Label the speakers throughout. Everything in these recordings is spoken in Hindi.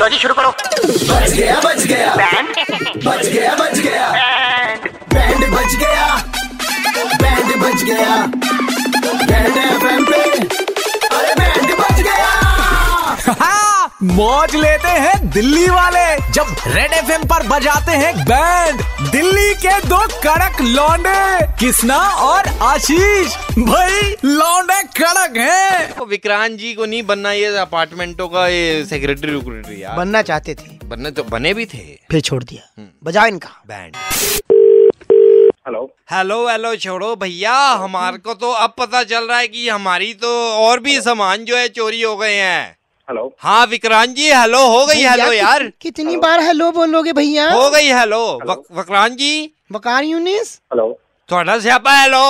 Speaker 1: लो जी शुरू करो
Speaker 2: बच गया बच गया
Speaker 1: बैंड
Speaker 2: बच गया बच गया
Speaker 1: बैंड
Speaker 2: बैंड बच गया बैंड बच गया बैंड एफएम पे अरे बैंड बच गया
Speaker 3: हाँ, मौज लेते हैं दिल्ली वाले जब रेड एफ पर बजाते हैं बैंड दिल्ली के दो कड़क लौंडे किसना और आशीष भाई लौंडे कड़क हैं
Speaker 4: को विक्रांत जी को नहीं बनना ये अपार्टमेंटों का ये सेक्रेटरी उक्रेटरी यार
Speaker 5: बनना चाहते थे
Speaker 4: बनने तो बने भी थे
Speaker 5: फिर छोड़ दिया
Speaker 4: हम्म।
Speaker 5: बजाओ इनका
Speaker 4: बैंड
Speaker 6: हेलो
Speaker 4: हेलो हेलो छोड़ो भैया हमार को तो अब पता चल रहा है कि हमारी तो और भी सामान जो है चोरी हो गए हैं
Speaker 6: हेलो
Speaker 4: हाँ विक्रांत जी हेलो हो गई
Speaker 5: भैया,
Speaker 4: तो हेलो यार
Speaker 5: कित- कितनी बार हेलो बोलोगे भैया
Speaker 4: हो गई हेलो वक- विक्रांत जी
Speaker 5: वकार यूनिस
Speaker 6: हेलो
Speaker 4: थोड़ा स्यापा हेलो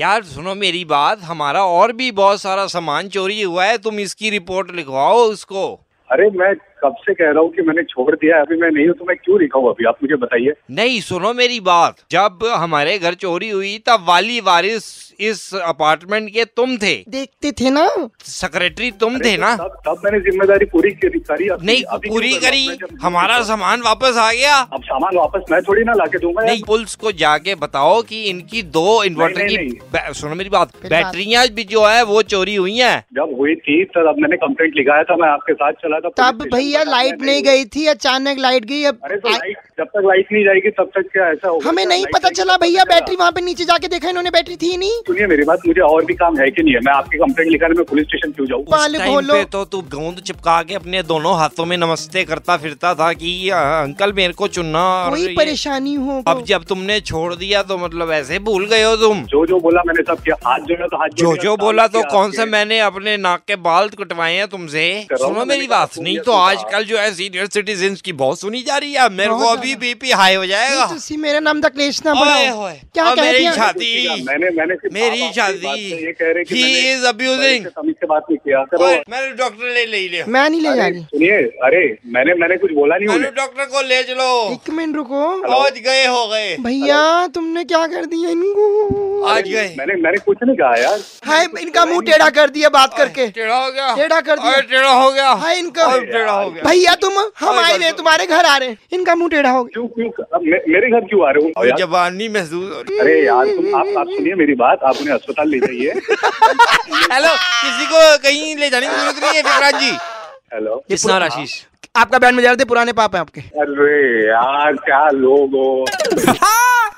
Speaker 4: यार सुनो मेरी बात हमारा और भी बहुत सारा सामान चोरी हुआ है तुम इसकी रिपोर्ट लिखवाओ उसको
Speaker 6: अरे मैं कब से कह रहा हूँ कि मैंने छोड़ दिया है अभी मैं नहीं हूँ तो मैं क्यों लिखाऊँ अभी आप मुझे बताइए
Speaker 4: नहीं सुनो मेरी बात जब हमारे घर चोरी हुई तब वाली वारिस इस अपार्टमेंट के तुम थे
Speaker 5: देखते थे ना
Speaker 4: सेक्रेटरी तुम थे ना
Speaker 6: तो तब तब मैंने जिम्मेदारी पूरी करी करी अभी-
Speaker 4: नहीं
Speaker 6: अभी तो क्यों
Speaker 4: पूरी
Speaker 6: कर रहा
Speaker 4: करी
Speaker 6: हूँ? मैं जब-
Speaker 4: हमारा सामान वापस आ गया
Speaker 6: अब सामान वापस मैं थोड़ी ना लाके दूंगा यार।
Speaker 4: नहीं पुलिस को जाके बताओ कि इनकी दो इन्वर्टर
Speaker 6: नहीं,
Speaker 4: की
Speaker 6: नहीं,
Speaker 4: बै- सुनो मेरी बात
Speaker 5: फिर बात-
Speaker 4: बैटरियां भी जो है वो चोरी हुई हैं
Speaker 6: जब हुई थी तब अब मैंने कंप्लेंट लिखाया था मैं आपके साथ चला था
Speaker 5: तब
Speaker 6: पुलिस
Speaker 5: भैया
Speaker 6: स्टेशन पर,
Speaker 5: लाइट
Speaker 6: मैं
Speaker 5: नहीं गई थी अचानक लाइट गई अब
Speaker 6: अरे तो
Speaker 5: आ-
Speaker 6: लाइट जब तक लाइट नहीं जाएगी तब तक क्या ऐसा होगा
Speaker 5: हमें
Speaker 6: जब
Speaker 5: नहीं
Speaker 6: लाइट
Speaker 5: पता
Speaker 6: जाएगी,
Speaker 5: चला
Speaker 6: तब
Speaker 5: भैया
Speaker 6: तक क्या?
Speaker 5: बैटरी वहाँ पे नीचे जाके देखा इन्होंने बैटरी थी ही नहीं
Speaker 6: सुनिए मेरी बात मुझे और भी काम है कि नहीं है मैं आपकी कंप्लेंट लिखाने में पुलिस स्टेशन क्यों जाऊँ
Speaker 5: पा-
Speaker 4: उस
Speaker 5: पाल
Speaker 4: टाइम
Speaker 5: खोलो।
Speaker 4: पे तो तू गोंद चिपका के अपने दोनों हाथों में नमस्ते करता फिरता था कि "आ, अंकल मेरे को चुनना और
Speaker 5: कोई
Speaker 4: ये-
Speaker 5: परेशानी हो तो।
Speaker 4: अब जब तुमने छोड़ दिया तो मतलब ऐसे भूल गए हो तुम
Speaker 6: जो जो बोला मैंने सब किया आज जो है तो हाथ
Speaker 4: जो
Speaker 6: जोड़िए,
Speaker 4: जो
Speaker 6: काम
Speaker 4: बोला तो
Speaker 6: किया
Speaker 4: कौन
Speaker 6: आपके।
Speaker 4: सा मैंने अपने नाक के बाल कटवाए हैं तुमसे
Speaker 6: कर रहा हूँ
Speaker 4: सुनो
Speaker 6: ना,
Speaker 4: मेरी
Speaker 6: मैंने
Speaker 4: बात
Speaker 6: आपको
Speaker 4: नहीं
Speaker 6: ये
Speaker 4: तो
Speaker 6: तो कहा।
Speaker 4: आजकल जो है सीनियर सिटीजन की बहुत सुनी जा रही है मेरे को
Speaker 5: बहुत
Speaker 4: अभी
Speaker 5: ज्यादा।
Speaker 4: बीपी हाई हो जाएगा
Speaker 5: तुसी मेरे नाम तक क्लेश ना
Speaker 4: ओए
Speaker 5: बनाओ
Speaker 4: होए,
Speaker 5: क्या
Speaker 4: अब
Speaker 5: कह
Speaker 4: मेरी
Speaker 5: दिया
Speaker 4: शादी
Speaker 6: मैंने मैंने सिर्फ
Speaker 4: मेरी
Speaker 6: आप- आपकी बात से ये कह रहे
Speaker 4: शादी
Speaker 6: कि
Speaker 4: ही
Speaker 6: मैंने
Speaker 4: इज अब्यूजिंग
Speaker 6: बड़ी तमीज से बात नहीं किया करो
Speaker 4: मैंने डॉक्टर ले ले लिया
Speaker 5: तो मैं नहीं ले जा
Speaker 6: अरे
Speaker 5: रही
Speaker 6: सुनिए अरे मैंने मैंने कुछ बोला नहीं
Speaker 4: मैंने
Speaker 6: उन्हें
Speaker 4: डॉक्टर को ले चलो
Speaker 5: एक मिनट रुको
Speaker 4: पहुंच गए हो गए
Speaker 5: भैया तुमने क्या कर दिया इनको
Speaker 4: आज गए
Speaker 6: मैंने मैंने कुछ नहीं कहा यार
Speaker 5: हाय इनका मुंह टेढ़ा कर दिया बात करके
Speaker 4: टेढ़ा हो गया
Speaker 5: टेढ़ा कर दिया।
Speaker 4: ओए, टेढ़ा हो गया
Speaker 5: हाय इनका
Speaker 4: ओए, टेढ़ा हो गया
Speaker 5: भैया तुम हम आए हुए हैं, तुम्हारे घर आ रहे हैं इनका मुंह टेढ़ा हो गया
Speaker 6: क्यों क्यों अब मे- मेरे घर क्यों आ रहे हो
Speaker 4: ओए,
Speaker 6: यार?
Speaker 4: जबानी महसूस हो रही है।
Speaker 6: अरे यार तुम आप आप सुनिए मेरी बात आप उन्हें अस्पताल ले जाइए
Speaker 4: हेलो किसी को कहीं ले जाने की जरूरत नहीं है विक्रांत जी
Speaker 6: हेलो
Speaker 4: किसना और आशीष
Speaker 5: आपका बैंड बजा रहे थे पुराने पाप है आपके
Speaker 6: अरे यार क्या लोग हो
Speaker 3: हाँ,